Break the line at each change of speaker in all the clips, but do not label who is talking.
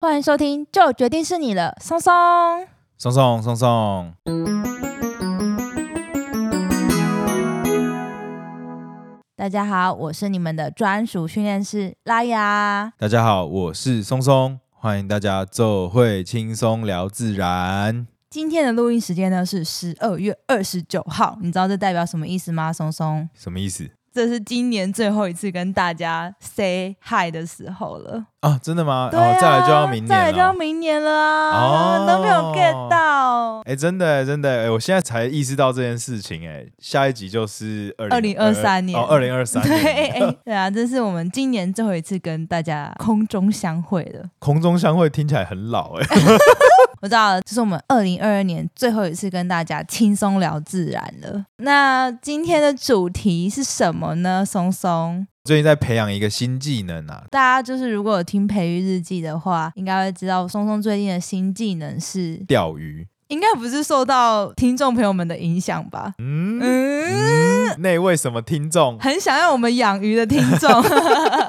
欢迎收听，就决定是你了，松松。
松松松松，
大家好，我是你们的专属训练师拉雅。
大家好，我是松松，欢迎大家奏会轻松聊自然。
今天的录音时间呢是十二月二十九号，你知道这代表什么意思吗？松松，
什么意思
这是今年最后一次跟大家 say hi 的时候了。
啊？真的吗？
对啊
哦，再来就要明
再来
年
就要
了。
明年了啊，
哦
都没有 get 到。
哎、真的欸真的欸，我现在才意识到这件事情。哎，下一集就是二
2023年
哦，二零二三年
对， 对啊，这是我们今年最后一次跟大家空中相会了。
空中相会听起来很老哎、
我知道了，这是我们二零二二年最后一次跟大家轻松聊自然了。那今天的主题是什么呢？松松，
最近在培养一个新技能啊，
大家就是如果有听培育日记的话，应该会知道松松最近的新技能是，
钓鱼。
应该不是受到听众朋友们的影响吧？
嗯，
嗯。
嗯那位什么听众？
很想要我们养鱼的听众，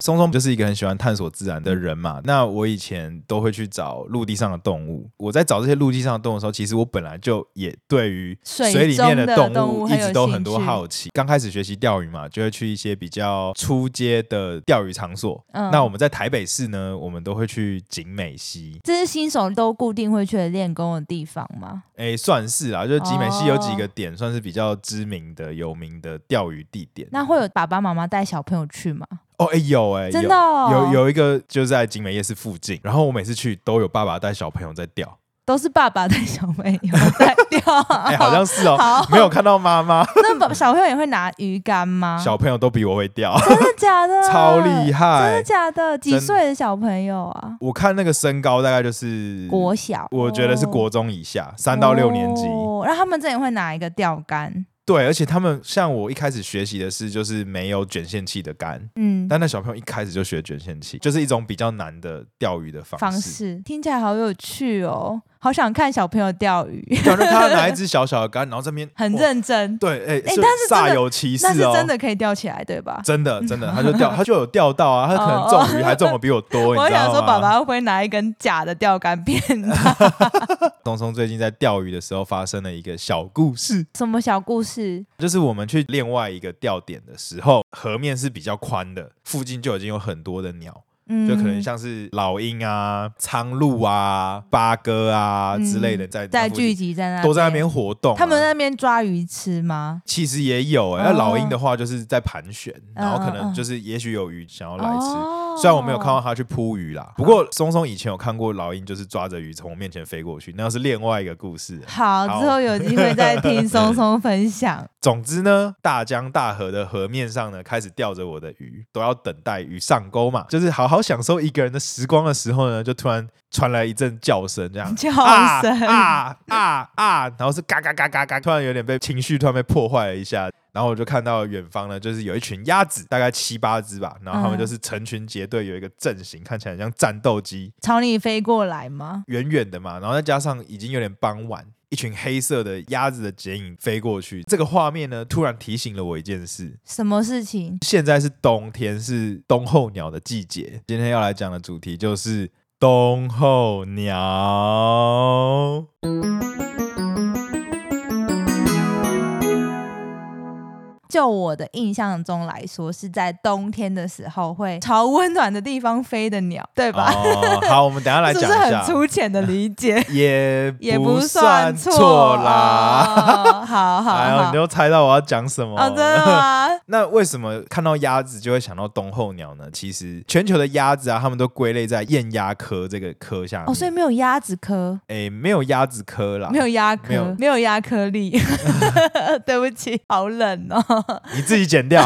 松松就是一个很喜欢探索自然的人嘛。那我以前都会去找陆地上的动物。我在找这些陆地上的动物的时候，其实我本来就也对于
水
水里面
中的动
动
物
物
很
一
有
直都很多
兴趣
好奇。刚开始学习钓鱼嘛，就会去一些比较出街的钓鱼场所。
嗯
那我们在台北市呢，我们都会去景美溪，
这是新手都固定会去的练功的地方吗？
哎，算是啦，就是景美溪有几个
哦
点算是比较知名的、有名的钓鱼地点。
那会有爸爸妈妈带小朋友去吗？
哦，哎有哎，
真
有
的哦
有有一个就是在景美夜市附近，然后我每次去都有爸爸带小朋友在钓，
都是爸爸带小朋友在钓、
哎、好像是哦，
好，
没有看到 妈妈，
那宝小朋友也会拿鱼竿吗？
小朋友都比我会钓，
真的假的？
超厉
真的
害。
假的？几
真的
岁的小朋友啊？
我看那个身高大概就是
国小，
嗯我觉得是国中以下，三到六年级。
哦然后他们这里会拿一个钓竿，
对，而且他们像我一开始学习的是就是没有卷线器的杆，
嗯，
但那小朋友一开始就学卷线器，就是一种比较难的钓鱼的方式。
方式听起来好有趣哦，好想看小朋友钓鱼，
感觉他拿一只小小的杆，然后这边
很
哇
认真，
对，哎、
哎
是
但是真的
煞有其事
那是
哦，
真的可以钓起来，对吧？
真的真的，他就钓，他就有钓到啊，他可能中鱼还中的比我 多，你
哦我
知道啊
想
吗？
说，爸爸会不会拿一根假的钓竿 骗他？
东松最近在钓鱼的时候发生了一个小故事，
什么小故事？
就是我们去另外一个钓点的时候，河面是比较宽的，附近就已经有很多的鸟，
嗯
就可能像是老鹰啊、苍鹭啊、八哥啊
嗯
之类的在
在
那附
聚
近
集在那，
都在那边活动啊、
他们在那边抓鱼吃吗？
其实也有哎、
哦
那老鹰的话就是在盘旋，然后可
嗯嗯
能
嗯
就是也许有鱼想要来吃。
哦
虽然我没有看到他去扑鱼啦，不过松松以前有看过老鹰，就是抓着鱼从我面前飞过去，那是另外一个故事。
好，
好
之后有机会再 听松松分享。
总之呢，大江大河的河面上呢，开始钓着我的鱼，都要等待鱼上钩嘛，就是好好享受一个人的时光的时候呢，就突然传来一阵叫声，这样
叫
啊
声，
啊啊啊，然后是嘎嘎嘎嘎嘎，突然有点被情绪突然被破坏了一下。然后我就看到远方呢，就是有一群鸭子，大概七八只吧，然后它们
嗯
就是成群结队，有一个阵型，看起来很像战斗机，
朝你飞过来吗？
远远的嘛，然后再加上已经有点傍晚，一群黑色的鸭子的剪影飞过去，这个画面呢，突然提醒了我一件事。
什么事情？
现在是冬天，是冬候鸟的季节。今天要来讲的主题就是冬候鸟。
就我的印象中来说，是在冬天的时候会朝温暖的地方飞的鸟，对 吧？
哦，好，我们等一下来
这 是
讲一
不是
下
很。粗浅的理 解？
也
也
不
算
错啦。
哦 好好
哎呦，
好
你，都猜到我要讲什么？
哦，真的吗？
那为什么看到鸭子就会想到冬候鸟呢？其实全球的鸭子啊，它们都归类在雁鸭科这个科下面。
哦，所以没有鸭子科，
诶、没有鸭子科啦，
没有鸭
没
科
有，
没有鸭颗 粒。 对不起，好冷哦。
你自己剪掉，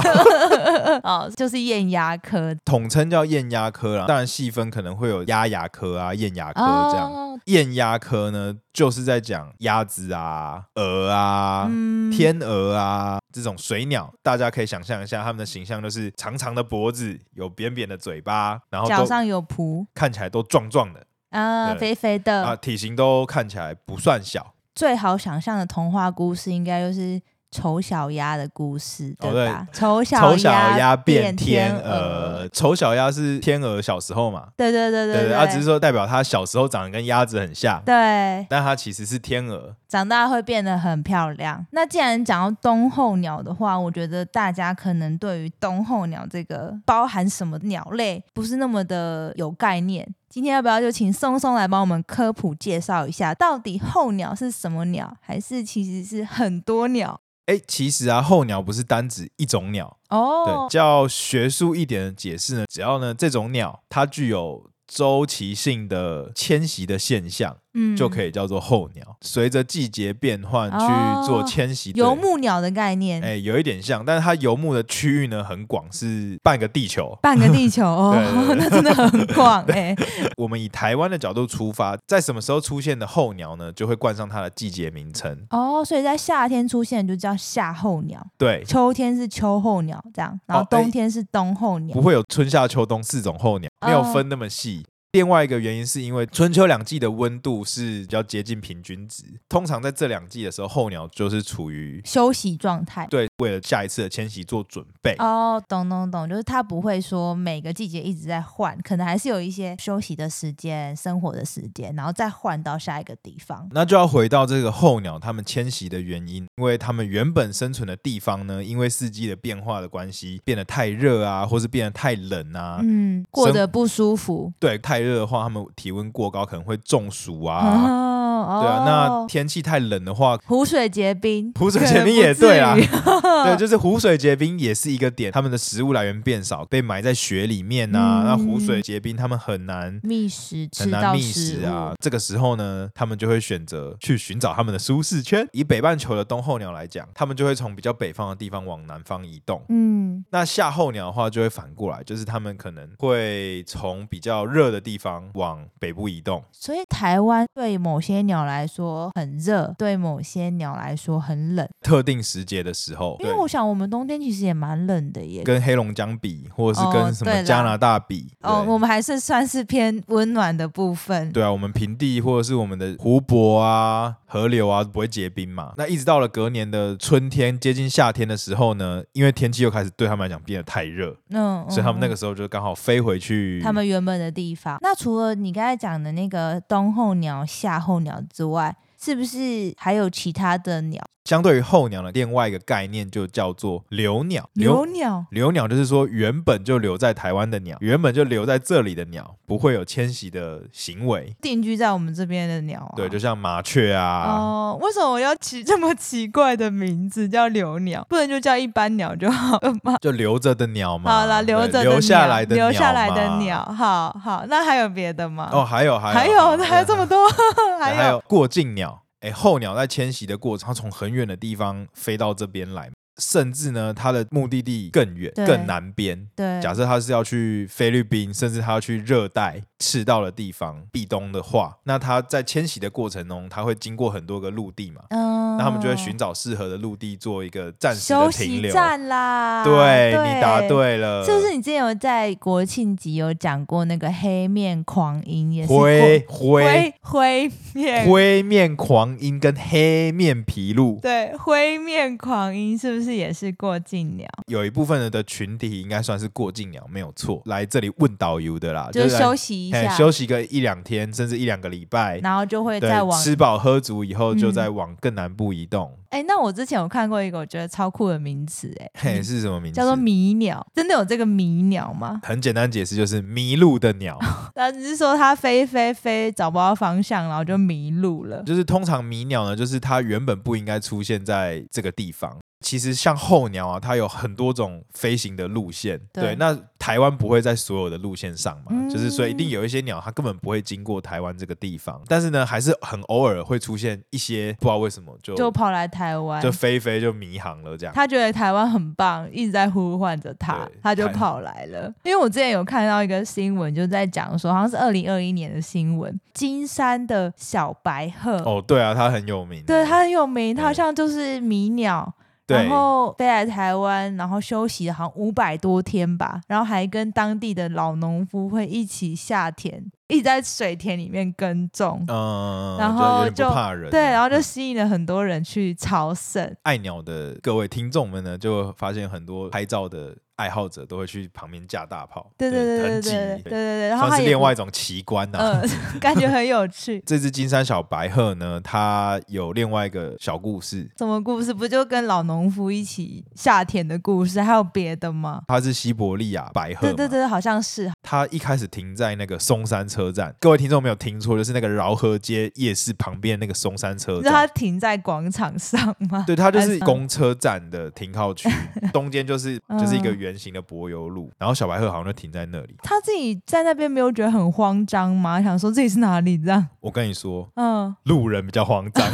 哦，就是雁鸭科
统称叫雁鸭科啦。当然细分可能会有鸭鸭科啊、雁鸭科这样。
哦，
雁鸭科呢，就是在讲鸭子啊、鹅啊。
嗯
天鹅啊，这种水鸟，大家可以想象一下，它们的形象就是长长的脖子，有扁扁的嘴巴，然后
脚
都
上有蹼
看起来都壮壮的，
啊，
对
肥肥的。
啊，体型都看起来不算小。
最好想象的童话故事应该就是。丑小鸭的故事，
哦
对吧？丑
丑小
鸭
鸭变
天
天鹅，，丑小鸭是天鹅小时候嘛？
对对对
对啊
对，
它只是说代表它小时候长得跟鸭子很像，
对
但它其实是天鹅。
长大会变得很漂亮。那既然讲到冬候鸟的话，我觉得大家可能对于冬候鸟这个包含什么鸟类不是那么的有概念。今天要不要就请松松来帮我们科普介绍一下，到底候鸟是什么鸟，还是其实是很多鸟？
哎，其实啊，候鸟不是单指一种鸟，
哦
对，，较学术一点的解释呢，只要呢这种鸟它具有周期性的迁徙的现象，
嗯
就可
以
以叫做候鸟。随着季节变换
哦
去做迁徙，对
游牧鸟的概念，
哎有一点像，但是它游牧的区域呢很广，是半个地球。
半个地球 哦，
对对对
那真的很广哎、
我们以台湾的角度出发，在什么时候出现的候鸟呢，就会冠上它的季节名称。
哦，所以在夏天出现就叫夏候鸟，
对，
秋天是秋候鸟这样，然后
哦哎
冬天是冬候鸟。
不会有春夏秋冬四种候鸟，没有分那么细。另外一个原因是因为春秋两季的温度是比较接近平均值，通常在这两季的时候，候鸟就是处于
休息状态。
对为了下一次的迁徙做准备。
哦，懂懂懂，就是它不会说每个季节一直在换，可能还是有一些休息的时间、生活的时间，然后再换到下一个地方。
那就要回到这个候鸟它们迁徙的原因，因为它们原本生存的地方呢，因为四季的变化的关系，变得太热啊，或是变得太冷啊。
嗯，过得不舒服。
对，太热的话，它们体温过高可能会中 暑啊。
哦，
对啊，那
哦
天气太冷的话，
湖水结冰，
湖水
可
结
能
冰
不
也
至
对啊
于
对，就是湖水结冰也是一个点，他们的食物来源变少，被埋在雪里面呐、
嗯
那湖水结冰，他们很难
觅食
很
吃
难
到
觅
食
食
物
啊。这个时候呢，他们就会选择去寻找他们的舒适圈。以北半球的冬候鸟来讲，他们就会从比较北方的地方往南方移动。
嗯，
那夏候鸟的话，就会反过来，就是他们可能会从比较热的地方往北部移动。
所以台湾对某些鸟来说很热，对某些鸟来说很冷。
特定时节的时候，
因为
对
我想我们冬天其实也蛮冷的耶，
跟黑龙江比，或者是
哦
跟什
对
么
啦
加拿大比，
哦，
对
我们还是算是偏温暖的部分。
对啊，我们平地或者是我们的湖泊啊、河流啊不会结冰嘛。那一直到了隔年的春天，接近夏天的时候呢，因为天气又开始对他们来讲变得太热，
嗯，嗯
所以他们那
嗯
个时候就刚好飞回去。
他们原本的地方。那除了你刚才讲的那个冬候鸟、夏候鸟之外，是不是还有其他的鸟？
相对于候鸟的另外一个概念就叫做留鸟。
留鸟
留鸟就是说原本就留在台湾的鸟，原本就留在这里的鸟，不会有迁徙的行为。
定居在我们这边的鸟、啊，
对，就像麻雀啊，
哦，为什么我要起这么奇怪的名字叫留鸟？不能就叫一般鸟就好了吗？
就留着的鸟 嘛。
好啦，
对
留着的
留下
鸟
来的
留下来的
嘛。
鸟，好好，那还有别的吗？
哦，，还有还有
还有，还有这么 多，
对
还有，
过境鸟，哎，候鸟在迁徙的过程，它从很远的地方飞到这边来，甚至呢，它的目的地更远、
对
更南边。
对，
假设它是要去菲律宾，甚至它要去热带赤道的地方避冬的话，那它在迁徙的过程中，它会经过很多个陆地嘛，
嗯，
那他们就会寻找适合的陆地做一个暂时
休
的
息
停留。
站啦。
对你答。对了，
是不是你之前有在国庆集有讲过那个黑面狂鹰也是
灰灰
灰灰面
灰面狂鹰跟黑面琵鹭？
对灰面狂鹰是不是也是过境鸟？
有一部分的群体应该算是过境鸟，没有错，来这里问导游的啦，
就是
来
休息一
嘿
下，
哎休息个一两天，甚至一两个礼拜，
然后就会再
对，
往
吃饱喝足以后，
嗯
就再往更南部移动。
哎、那我之前有看过一个我觉得超酷的名词、哎
嘿，，是什么名字？
叫做迷鸟，真的有这个迷鸟 吗？
很简单解释，就是迷路的鸟，
然后只是说它飞飞飞找不到方向，然后就迷路了。
就是通常迷鸟呢，就是它原本不应该出现在这个地方。其实像候鸟啊，它有很多种飞行的路线，
对
对，那台湾不会在所有的路线上嘛，
嗯
就是所以一定有一些鸟，它根本不会经过台湾这个地方，但是呢，还是很偶尔会出现一些不知道为什么就
就
就
跑来台湾，
飞一飞就迷航了这样。
他觉得台湾很棒，一直在呼唤着他
对，
他就
台
跑来了。因为我之前有看到一个新闻，就在讲说，好像是二零二一年的新闻，金山的小白鹤，
哦，对啊，它很有名，
对，它很有名，它好
对
像就是迷鸟。
对
然后飞来台湾，然后休息了好像五百多天吧，然后还跟当地的老农夫会一起下田，一直在水田里面耕种，
嗯，
然
就
后
有点
就
不怕人，
对，然后就
嗯
吸引了很多人去朝圣。
爱鸟的各位听众们呢，就发现很多拍照的爱好者都会去旁边架大炮，
对对对对对
很挤欸
对对对，对，然后
算
他
是
也
另
不
外一种奇观呐、
嗯， 感觉很有趣。
这只金山小白鹤呢，它有另外一个小故事，
什么故事？不就跟老农夫一起下田的故事？还有别的吗？
它是西伯利亚白鹤
对
嘛，
对对，好像是。
它一开始停在那个松山车站，各位听众没有听错，就是那个饶河街夜市旁边那个松山车
你知道他
站。
停在广场上吗？
对，它就是
安上
公车站的停 靠区，中间就是就是一个
嗯
圆形的柏油路，然后小白鹤好像就停在那里。
他自己在那边没有觉得很慌张吗？想说自己是哪里这样？
我跟你说，
嗯，
路人比较慌张，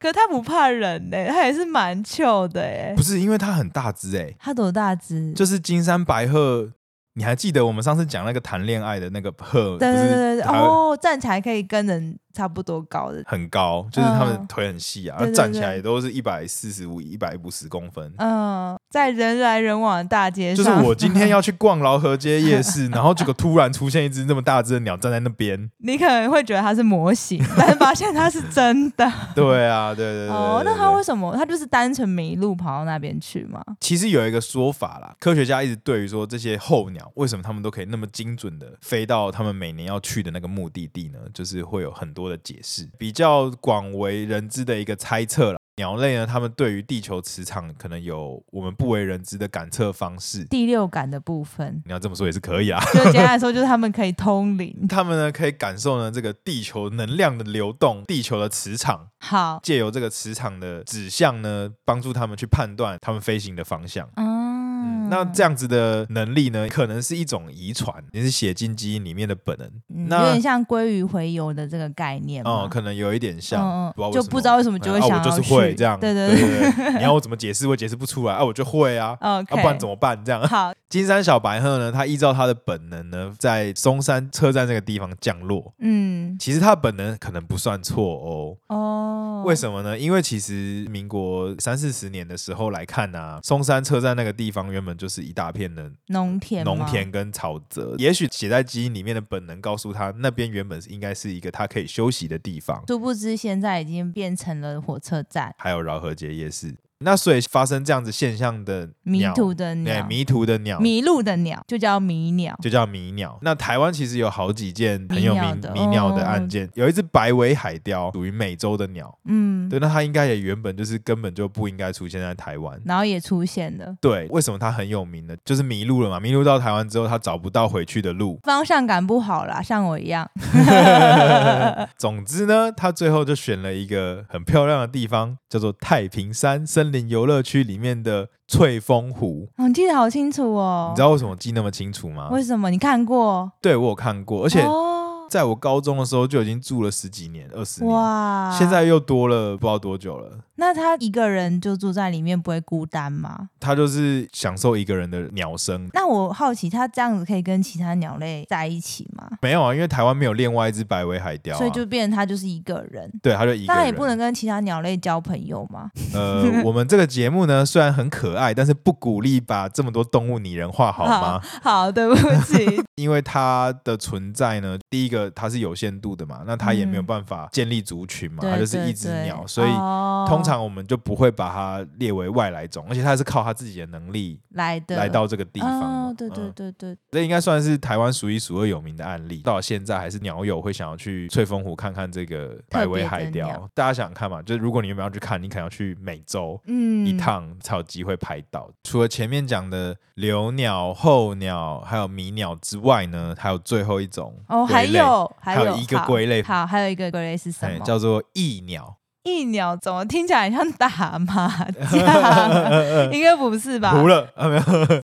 可他不怕人呢、他也是蛮糗的哎、
不是因为它很大只哎、
他多大只？
就是金山白鹤。你还记得我们上次讲那个谈恋爱的那个鹤，
对对
不是
对对，
它
哦，站起来可以跟人差不多高的，
很高，就是他们
嗯
腿很细啊，
对对
站起来也都是一百四十五、一百五十公分。
嗯，在人来人往的大街
就
上，
是我今天要去逛劳河街 夜市，然后结果突然出现一只那么大只的鸟站在那边。
你可能会觉得它是模型，但是发现它是真的。
对啊，对对对
哦，
对
那
对
他
对
为什么？他就是单纯迷路跑到那边去吗？
其实有一个说法啦，科学家一直对于说这些候鸟为什么他们都可以那么精准的飞到他们每年要去的那个目的地呢？就是会有很多的解释，比较广为人知的一个猜测啦。鸟类呢，它们对于地球磁场可能有我们不为人知的感测方式。
第六感的部 分，
你要这么说也是可以啊。
就简单来说，就是他们可以通灵。
他们呢可以感受呢这个地球能量的流动，地球的磁场，
好，
借由这个磁场的指向呢，帮助他们去判断他们飞行的方向。
嗯，
嗯，那这样子的能力呢，可能是一种遗传，也是写进基因里面的本能。
嗯
那
有点像鲑鱼回游的这个概念嘛
哦、可能有一点像，
嗯
不知
嗯，
道为
就
什
不知道为什么
么
就会
嗯
想要
啊，我
去，
就是会这样，
对对
对
对
对对你要我怎么解释，我也解释不出来啊，我就 会啊，
，OK，
啊，不然怎么办？这样，
好，
金山小白鹤呢，它依照它的本能呢，在松山车站这个地方降落。
嗯，
其实它的本能可能不算错哦，
哦，
为什么呢？因为其实民国三四十年的时候来看啊，松山车站那个地方原本就是一大片的
农田吗
农田跟沼泽，也许写在基因里面的本能告诉他，那边原本是应该是一个他可以休息的地方，
殊不知现在已经变成了火车站，
还有饶河街夜市。那所以发生这样子现象的
迷
鸟，
途的
对
鸟，
迷途的鸟。
迷路的鸟就叫迷鸟，
就叫迷鸟。那台湾其实有好几件很有名
迷鸟的
迷鸟的
哦
案件，有一只白尾海雕，属于美洲的鸟，
嗯，
对，那它应该也原本就是根本就不应该出现在台湾。
然后也出现了。
对，为什么它很有名呢？就是迷路了嘛，迷路到台湾之后，它找不到回去的路。
方向感不好啦，像我一样。
总之呢，它最后就选了一个很漂亮的地方，叫做太平山森林游乐区里面的翠峰湖。
哦，你记得好清楚哦。
你知道为什么我记那么清楚吗？
为什么？你看过？
对我有看过，啊而且
哦，
在我高中的时候就已经住了十几年、二十年，
哇！
啊现在又多了不知道多久了。
那他一个人就住在里面，不会孤单吗？
它就是享受一个人的鸟声。
那我好奇，他这样子可以跟其他鸟类在一起吗？
没有啊，因为台湾没有另外一只白尾海雕、啊，
所以就变成他就是一个人。
对，它就一个
那
人。
他也不能跟其他鸟类交朋友吗？
呃，我们这个节目呢，虽然很可爱，但是不鼓励把这么多动物拟人化，好吗？
好，对不 起。
因为它的存在呢，第一个它是有限度的嘛，那它也没有
嗯
办法建立族群嘛，
对哦
它就是一只鸟，所以。通常我们就不会把它列为外来种，而且它是靠它自己的能力
来的
来到这个地方嘛。
哦，对对
嗯
对对，
这应该算是台湾数一数二有名的案例，到现在还是鸟友会想要去翠峰湖看看这个百尾海
特别的
雕
鸟。
大家想想看嘛，就是如果你们要去看，你可能要去美洲
嗯，
一趟才有机会拍到。除了前面讲的留鸟、候鸟还有迷鸟之外呢，还有最后一种
哦，还
归类，
有
还有
有
一个
好
归类
好，还有一个归类是什
哎
么？
叫做翼鸟，
一鸟怎么听起来很像打麻 将？ 应该不 是吧？
糊了啊没有，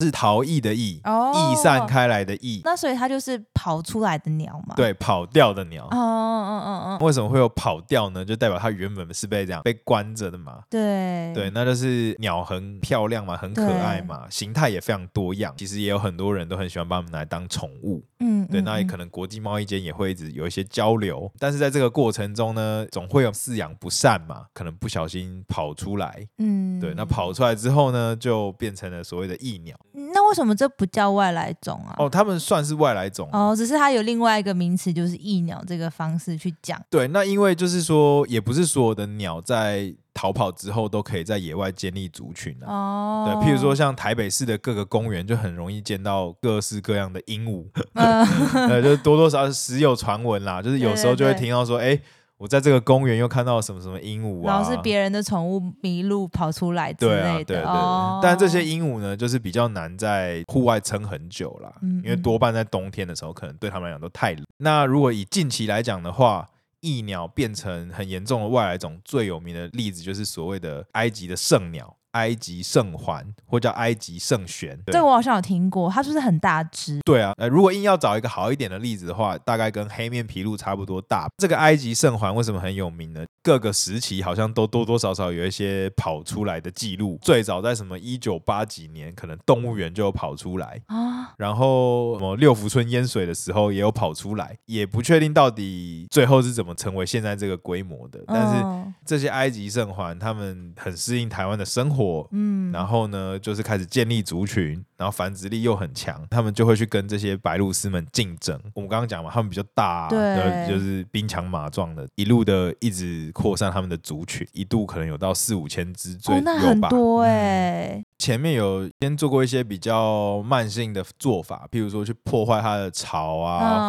是逃逸的逸，
哦
逸散。开来的逸，
那所以它就是跑出来的鸟嘛？。
对，跑掉的鸟
哦。哦哦哦，
为什么会有跑掉呢？就代表它原本是被这样被关着的嘛。
对
对，那就是鸟很漂亮嘛，很可爱嘛，形态也非常多样。其实也有很多人都很喜欢把它们拿来当宠物。
嗯，
对，
嗯
那也可能国际贸易间也会一直有一些交流，但是在这个过程中呢，总会有饲养不善嘛，可能不小心跑出来。
嗯，嗯
对，那跑出来之后呢，就变成了所谓的翼鸟。
那为什么这不叫外来种啊？
哦，他们算是外来种啊。
哦，只是它有另外一个名词，就是翼鸟这个方式去讲。
对，那因为就是说，也不是所有的鸟在逃跑之后都可以在野外建立族群啊。
哦，
对，譬如说，像台北市的各个公园，就很容易见到各式各样的鹦鹉，
嗯，
呃，就是多多少少时有传闻啦，就是有时候就会
对对对
听到说，哎、我在这个公园又看到什么什么鹦鹉
然
啊，
后是别人的宠物迷路跑出来之
对啊，
类
对对
的。
对。
哦，
但这些鹦鹉呢，就是比较难在户外撑很久啦，
嗯
因为多半在冬天的时候，可能对他们来讲都太冷。那如果以近期来讲的话，翼鸟变成很严重的外来种，最有名的例子就是所谓的埃及的圣鸟。埃及圣环，或叫埃及圣玄，对
这个我好像有听过，它是不是很大只？
对啊，呃，如果硬要找一个好一点的例子的话，大概跟黑面琵鹭差不多大。这个埃及圣环为什么很有名呢？各个时期好像都多多少少有一些跑出来的记录。最早在什么一九八几年，可能动物园就有跑出来，
啊，
然后什么六福村淹水的时候也有跑出来，也不确定到底最后是怎么成为现在这个规模的。但是
嗯
这些埃及圣环，他们很适应台湾的生活，
嗯，
然后呢，就是开始建立族群，然后繁殖力又很强，他们就会去跟这些白鹭鸶们竞争。我们刚刚讲嘛，他们比较大、啊，
对
就就是兵强马壮的，一路的一直扩散他们的族群，一度可能有到四五千只最
哦，
有吧。
那很多哎、
嗯前面有先做过一些比较慢性的做法，譬如说去破坏它的巢啊，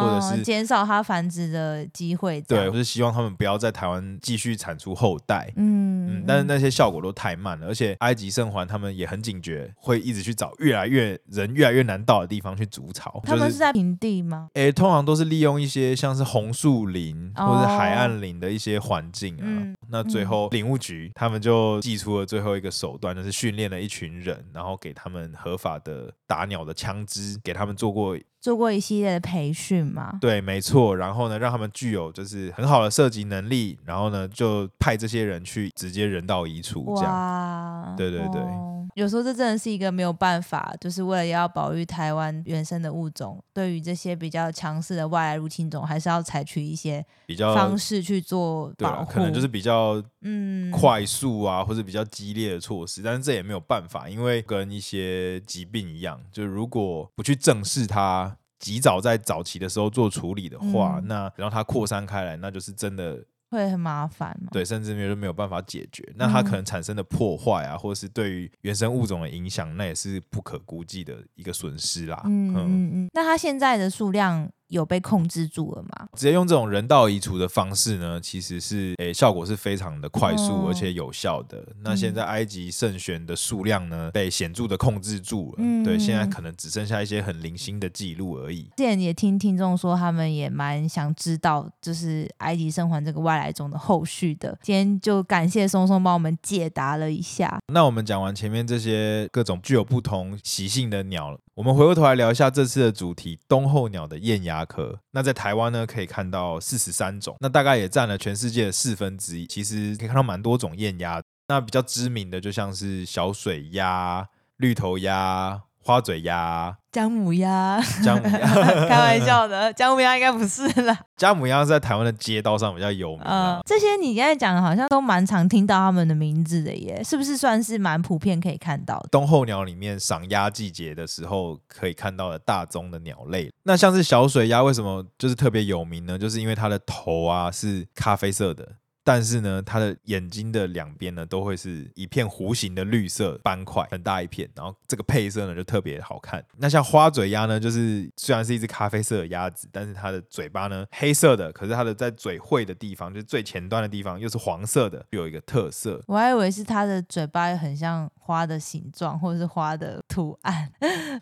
嗯
或者是
减少它繁殖的机会。这
对，
样
我，是希望他们不要在台湾继续产出后代。
嗯
嗯，但是那些效果都太慢了，而且埃及圣环他们也很警觉，会一直去找越来越人越来越难到的地方去筑巢。
他们
就是
在平地吗？
诶、通常都是利用一些像是红树林
哦
或者海岸林的一些环境啊。
嗯
那最后林务局他们就祭出了最后一个手段，就是训练了一群人，然后给他们合法的打鸟的枪支，给他们做过
做过一系列的培训吗？
对，没错。然后呢，让他们具有就是很好的射击能力，然后呢就派这些人去直接人道移除这样。
哇，
对对对
哦有时候这真的是一个没有办法，就是为了要保育台湾原生的物种，对于这些比较强势的外来入侵种，还是要采取一些
比较
方式去做
对
保
啊，
护。
可能就是比较
嗯，
快速啊，或者比较激烈的措施，但是这也没有办法，因为跟一些疾病一样，就如果不去正视它，及早在早期的时候做处理的话，
嗯
那让它扩散开来，那就是真的
会很麻烦嘛。
对，甚至没有没有办法解决。那
嗯
它可能产生的破坏啊，或者是对于原生物种的影响，那也是不可估计的一个损失啦。
嗯嗯嗯。那它现在的数量有被控制住了吗？
直接用这种人道移除的方式呢，其实是诶、效果是非常的快速、
哦嗯
而且有效的。那现在埃及圣选的数量呢，被显著的控制住了。
嗯
对，现在可能只剩下一些很零星的记录而已。
之前也听听众说，他们也蛮想知道，就是埃及生还这个外来种的后续的。今天就感谢松松帮我们解答了一下。
那我们讲完前面这些各种具有不同习性的鸟了，我们回过头来聊一下这次的主题——冬候鸟的雁鸭科。那在台湾呢，可以看到四十三种，那大概也占了全世界的四分之一。其实可以看到蛮多种雁鸭的，那比较知名的就像是小水鸭、绿头鸭、花嘴鸭、
姜母鸭，
姜母鸭。
开玩笑的，姜母鸭应该不是啦。
姜母鸭是在台湾的街道上比较有名、啊
嗯，，这些你刚才讲的，好像都蛮常听到他们的名字的耶，是不是算是蛮普遍可以看到的？
冬候鸟里面赏鸭季节的时候可以看到的大宗的鸟类。那像是小水鸭，为什么就是特别有名呢？就是因为它的头啊是咖啡色的。但是呢，它的眼睛的两边呢，都会是一片弧形的绿色斑块，很大一片。然后这个配色呢，就特别好看。那像花嘴鸭呢，就是虽然是一只咖啡色的鸭子，但是它的嘴巴呢黑色的，可是它的在嘴喙的地方，就是最前端的地方，又是黄色的，有一个特色。
我还以为是它的嘴巴很像花的形状，或者是花的图案。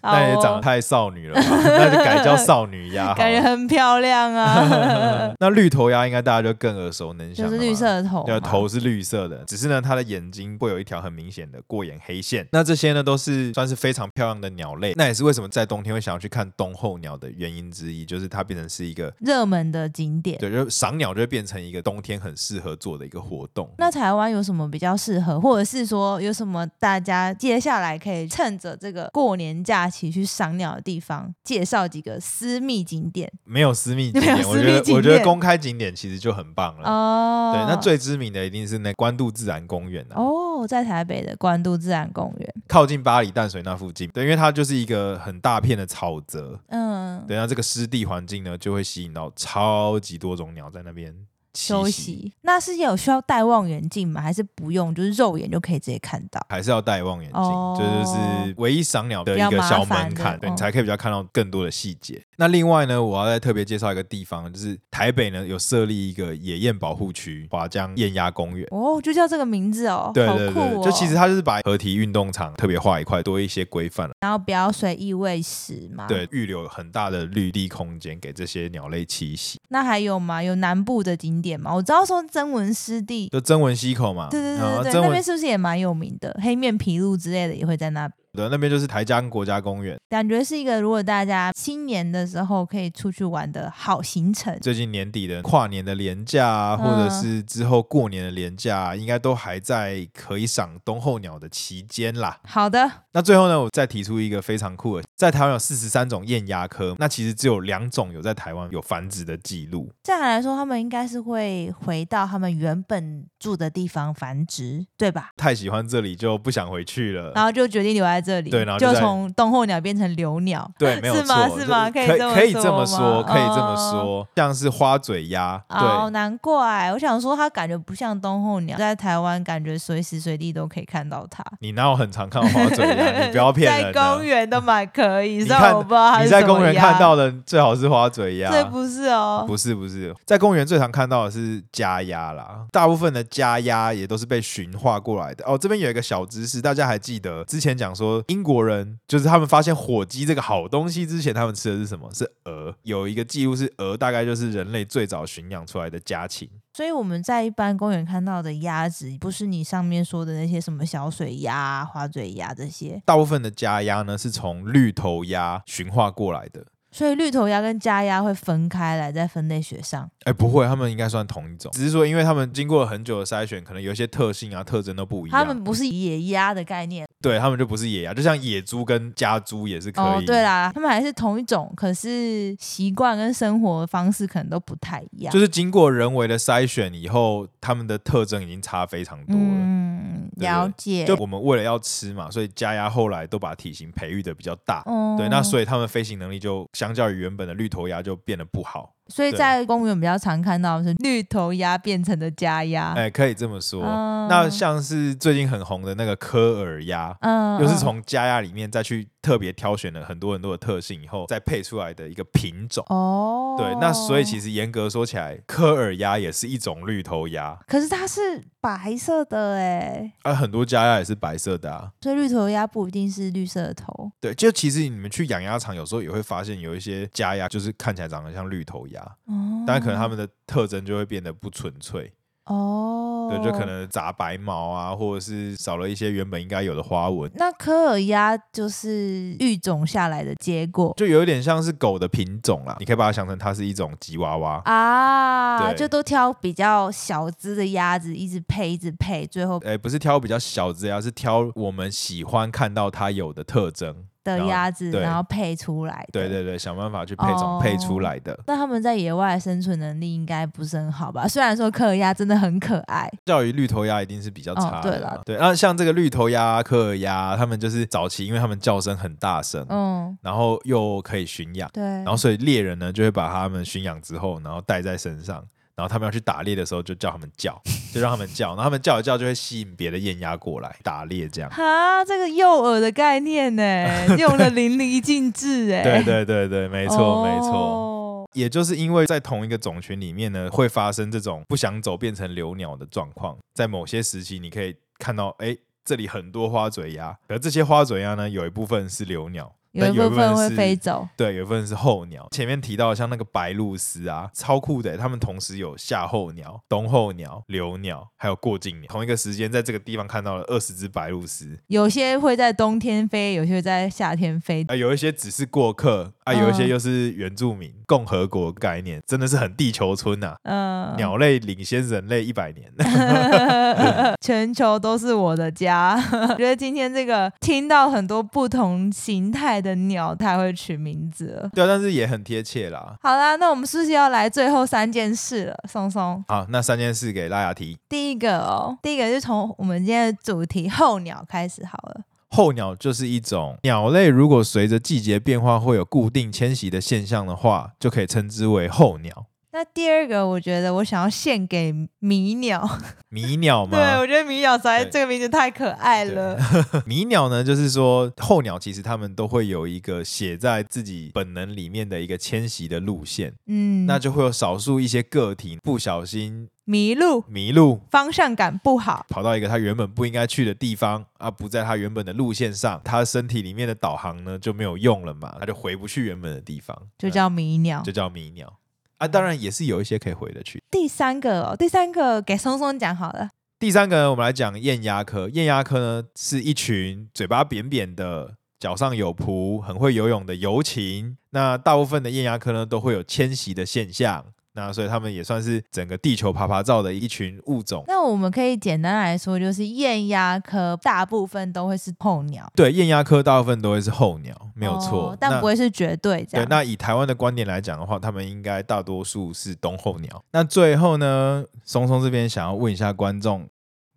好
那也
哦
长得太少女了吧？ 那就改叫少 女鸭好
感觉
了。
很漂亮啊，
那绿头鸭应该大家就更耳熟能详
就是
了嘛，
绿色的头嘛，
对，头是绿色的，只是呢，它的眼睛会有一条很明显的过眼黑线。那这些呢，都是算是非常漂亮的鸟类，那也是为什么在冬天会想要去看冬候鸟的原因之一，就是它变成是一个。
热门的景点。
对，就赏鸟就会变成一个冬天很适合做的一个活动。
那台湾有什么比较适合，或者是说有什么大家接下来可以趁着这个过年假期去赏鸟的地方，介绍几个私密景点
没有私密景
没有
点，我
私
觉
密
得
景
我觉得
点
公开景点其实就很棒了。
哦。
对，那最知名的一定是那关渡自然公园啊。
哦，哦，在台北的关渡自然公园，
靠近巴黎淡水那附近，对，因为它就是一个很大片的草泽，
嗯，
对，那这个湿地环境呢，就会吸引到超级多种鸟在那边栖
休息。那是有需要戴望远镜吗？还是不用，就是肉眼就可以直接看到？
还是要戴望远镜，
哦
这就是唯一赏鸟的一
比较
个
麻
小
烦
门
的
槛，对
嗯
你才可以比较看到更多的细节。那另外呢，我要再特别介绍一个地方，就是台北呢有设立一个野雁保护区——华江雁鸭公园。
哦，就叫这个名字哦，
对
好
对
酷
对，
哦！
就其实它就是把合体运动场特别划一块，多一些规范了，
然后不要随意喂食嘛。，
对，预留很大的绿地空间给这些鸟类栖息。
那还有吗？有南部的景点吗？我知道说曾文湿地，
就曾文溪口嘛，
对对
然
对
后
对对，
曾
那
文
边是不是也蛮有名的？黑面琵鹭之类的也会在那边。
的那边就是台江国家公园，
感觉是一个，如果大家新年的时候可以出去玩的好行程。
最近年底的跨年的廉价啊，或者
嗯
是之后过年的廉价、啊，应该都还在可以赏冬候鸟的期间啦。
好的，
那最后呢，我再提出一个非常酷的，在台湾有四十三种雁鸭科，那其实只有两种有在台湾有繁殖的记录。
这样来说，他们应该是会回到他们原本住的地方繁殖，对吧？
太喜欢这里就不想回去
然
了。
后就决定留在这里，
对然后就
就
在
从冬候鸟变成留鸟。
对，没有
是
错，
吗是吗
就
可以
可以
这么
可以
说
这么说，
吗
可以这么
哦
说，像是花嘴鸭，
哦，
对，
难怪！我想说，它感觉不像冬候鸟，在台湾感觉随时随地都可以看到它。
你哪有很常看到花哦 嘴鸭？你不要骗人
在
啊。
公园都蛮可以，
你
虽然
看
我不知道它
你
啊是
在
什
公
么
园
鸭
看到的最好是花嘴鸭，
这不是哦，
不是不是，在公园最常看到的是家鸭啦，大部分的家鸭也都是被驯化过来的。哦，这边有一个小知识，大家还记得之前讲说英国人就是他们发现火鸡这个好东西之前，他们吃的是什么？是鹅。有一个记录是鹅大概就是人类最早驯养出来的家禽。
所以我们在一般公园看到的鸭子，不是你上面说的那些什么小水鸭、啊花嘴鸭这些。
大部分的家鸭呢是从绿头鸭驯化过来的。
所以绿头鸭跟家鸭会分开来在分类学上。
哎，不会，他们应该算同一种，只是说因为他们经过了很久的筛选，可能有一些特性啊、特征都不一样。
它们不是野鸭的概念
对他们就不是野鸭，就像野猪跟家猪也是可以。
哦，对啦，它们还是同一种，可是习惯跟生活方式可能都不太一样
就。是经过人为的筛选以后，他们的特征已经差非常多了。
嗯，
对
了解。
就我们为了要吃嘛，所以家鸭后来都把体型培育的比较大。
哦
对，那所以它们飞行能力就相较于原本的绿头鸭就变得不好，
所以
对
在公园比较常看到的是绿头鸭变成的家鸭。
哎、可以这么说。
嗯
那像是最近很红的那个科尔鸭，
嗯
又是
嗯
从家鸭里面再去特别挑选了很多很多的特性以后，再配出来的一个品种。
哦，
对，那所以其实严格说起来，科尔鸭也是一种绿头鸭，
可是它是白色的哎、
而很多家鸭也是白色的啊。
所以绿头鸭不一定是绿色的头
对，就其实你们去养鸭场，有时候也会发现有一些家鸭就是看起来长得像绿头鸭，
哦，
但可能它们的特征就会变得不纯粹，
哦，
对，就可。能杂白毛啊，或者是少了一些原本应该有的花纹，
那科尔鸭就是育种下来的结果
就有一点像是狗的品种啦。你可以把它想成它是一种吉娃娃，
啊，
对
就都挑比较小只的鸭子，一直配一直配，最后
哎，不是挑比较小只的鸭，是挑我们喜欢看到它有的特征。
的
然后
鸭子
对
然后配出来的。
对对对，想办法去配种、
哦
配出来的。
那他们在野外的生存能力应该不是很好吧？虽然说科尔鸭真的很可爱，
钓鱼绿头鸭一定是比较
哦
差
对
的嘛、
啦
对，那像这个绿头鸭、科尔鸭，它们就是早期，因为它们叫声很大声，
嗯，
然后又可以驯养，
对。然
然后所以猎人呢就会把它们驯养之后，然后带在身上，然后他们要去打猎的时候就叫它们 叫，就让它们叫，然后它们叫一叫就会吸引别的雁鸭过来打猎这样。
哈，这个诱饵的概念呢，用的淋漓尽致哎。
对对对对，没错、没错。
哦
也就是因为在同一个种群里面呢，会发生这种不想走变成留鸟的状况。在某些时期，你可以看到，哎，这里很多花嘴鸭，而这些花嘴鸭呢，有一部分是留鸟，
有一
但有一
部分会
是
飞走。
对，有一部分是候鸟。前面提到像那个白鹭鸶啊，超酷的，它们同时有夏候鸟、冬候鸟、留鸟，还有过境鸟。同一个时间在这个地方看到了二十只白鹭鸶，
有些会在冬天飞，有些会在夏天飞。
啊，有一些只是过客，啊，有一些
嗯
又是原住民、共和国概念，真的是很地球村呐、啊
嗯，
鸟类领先人类一百年。
全球都是我的家。我觉得今天这个听到很多不同形态爱的鸟太会取名字了。
对啊，但是也很贴切啦。
好啦，那我们是不是要来最后三件事了？松松，
好，那三件事给拉雅提。
第一个哦，第一个就从我们今天的主题候鸟开始好了。
候鸟就是一种鸟类，如果随着季节变化会有固定迁徙的现象的话，就可以称之为候鸟。
那第二个，我觉得我想要献给迷鸟，
迷鸟
对
吗
我？觉得迷鸟实在
对
这个名字太可爱了。
迷鸟呢，就是说候鸟其实它们都会有一个写在自己本能里面的一个迁徙的路线，
嗯，
那就会有少数一些个体不小心
迷路，
迷路，
方向感不好，
跑到一个它原本不应该去的地方啊，不在它原本的路线上，它身体里面的导航呢就没有用了嘛，它就回不去原本的地方，
就叫嗯迷鸟
嗯、就。叫迷鸟啊。当然也是有一些可以回得去。
第三个哦，第三个给松松讲好了。
第三个呢，我们来讲雁鸭科。雁鸭科呢是一群嘴巴扁扁的、脚上有蹼、很会游泳的游禽。那大部分的雁鸭科呢都会有迁徙的现象，那所以它们也算是整个地球爬爬照的一群物种。
那我们可以简单来说，就是雁鸭科大部分都会是候鸟，
对，雁鸭科大部分都会是候鸟，没有错。
哦但
那
不会是绝对这
对，
样。
那以台湾的观点来讲的话，他们应该大多数是冬候鸟。那最后呢，松松这边想要问一下观众，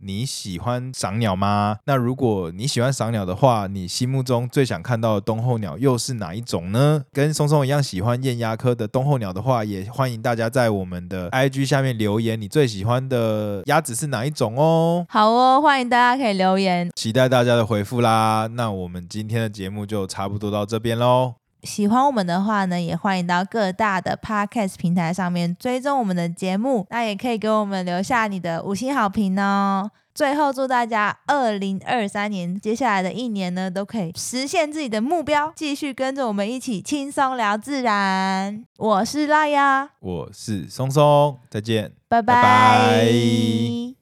你喜欢赏鸟吗？那如果你喜欢赏鸟的话，你心目中最想看到的冬候鸟又是哪一种呢？跟松松一样喜欢雁鸭科的冬候鸟的话，也欢迎大家在我们的 IG 下面留言，你最喜欢的鸭子是哪一种哦。
好哦，欢迎大家可以留言，
期待大家的回复啦！那我们今天的节目就差不多到这边喽。
喜欢我们的话呢，也欢迎到各大的 podcast 平台上面追踪我们的节目，那也可以给我们留下你的五星好评哦。最后，祝大家二零二三年接下来的一年呢，都可以实现自己的目标，继续跟着我们一起轻松聊自然。我是拉雅，
我是松松，再见。
拜
拜拜